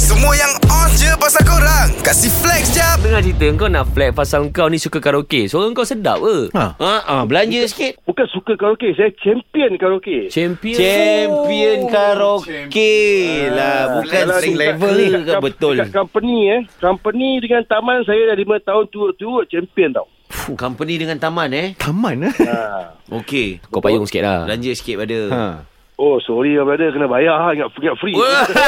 Semua yang on je pasal korang Kasih flex jap Dengar cerita kau nak flag pasal kau ni suka karaoke. Suara kau sedap ke? Ha. Ha. Ha, ha belanja sikit. Bukan suka karaoke Saya champion karaoke Champion. Champion karaoke lah Bukan Kalau sing dekat- level dekat- ke betul Dekat company eh Company dengan taman Saya dah 5 tahun turut-turut champion tau Fuh, Company dengan taman eh Taman eh ha. Okey Ah. Kau payung sikit lah. Belanja sikit pada ha. Oh sorry lah brother Kena bayar ha. Ingat, ingat free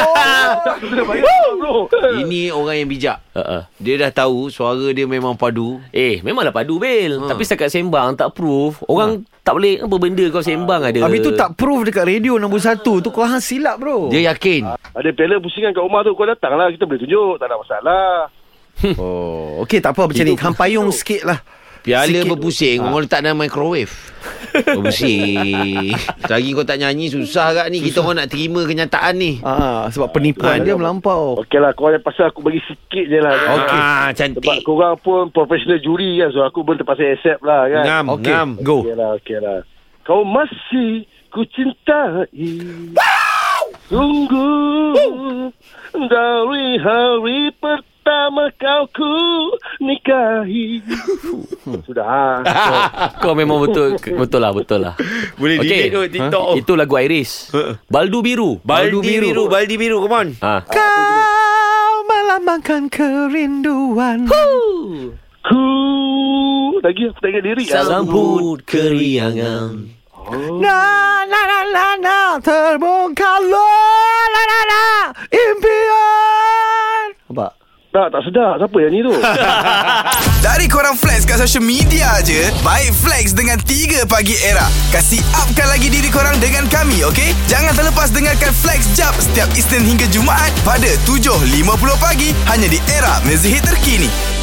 Tak kena bayar bro Ini orang yang bijak Ha, ha. Dia dah tahu Suara dia memang padu Eh, memanglah padu, Bil. Ha. Tapi setakat sembang, tak proof. Orang tak boleh apa benda kau sembang ada. Habis tu tak proof dekat radio nombor satu Tu kau hang silap bro Dia yakin Ada panel pusingan kat rumah tu Kau datang lah Kita boleh tunjuk Tak ada masalah Oh Okey tak apa macam ni Hang payung sikit lah Piala Sikit. berpusing ha. Kau letak dalam microwave Berpusing Lagi kau tak nyanyi Susah kat ni Kita orang nak terima kenyataan ni Ah, sebab penipuan dia melampau. Okey lah Kau yang pasal aku bagi sikit je lah kan? Okey ah, Sebab Cantik korang pun Professional juri kan So aku pun terpaksa accept lah kan Ngam okay. Okey, Ngam go. Okey lah, okey lah. Kau masih ku cintai. Sungguh dari hari pertama kau ku nikahi. Sudah. ha? Kau memang betul betul lah betul lah. Boleh Okey. delete tu TikTok Ha? Itu lagu Iris. Baldu biru. Baldi biru. Baldi biru Come on Ha. Kau melambangkan kerinduan. Ku lagi aku tak ingat lirik lah. Sambut keriangan. Na na na na na terbongkar lo na na na impian. Apa? Tak, tak sedap. Siapa yang ni tu? Dari korang flex kat social media je Baik flex dengan 3 pagi era Kasih upkan lagi diri korang dengan kami okay? Jangan terlepas dengarkan flex jap Setiap Isnin hingga Jumaat Pada 7.50 pagi Hanya di era mezihit terkini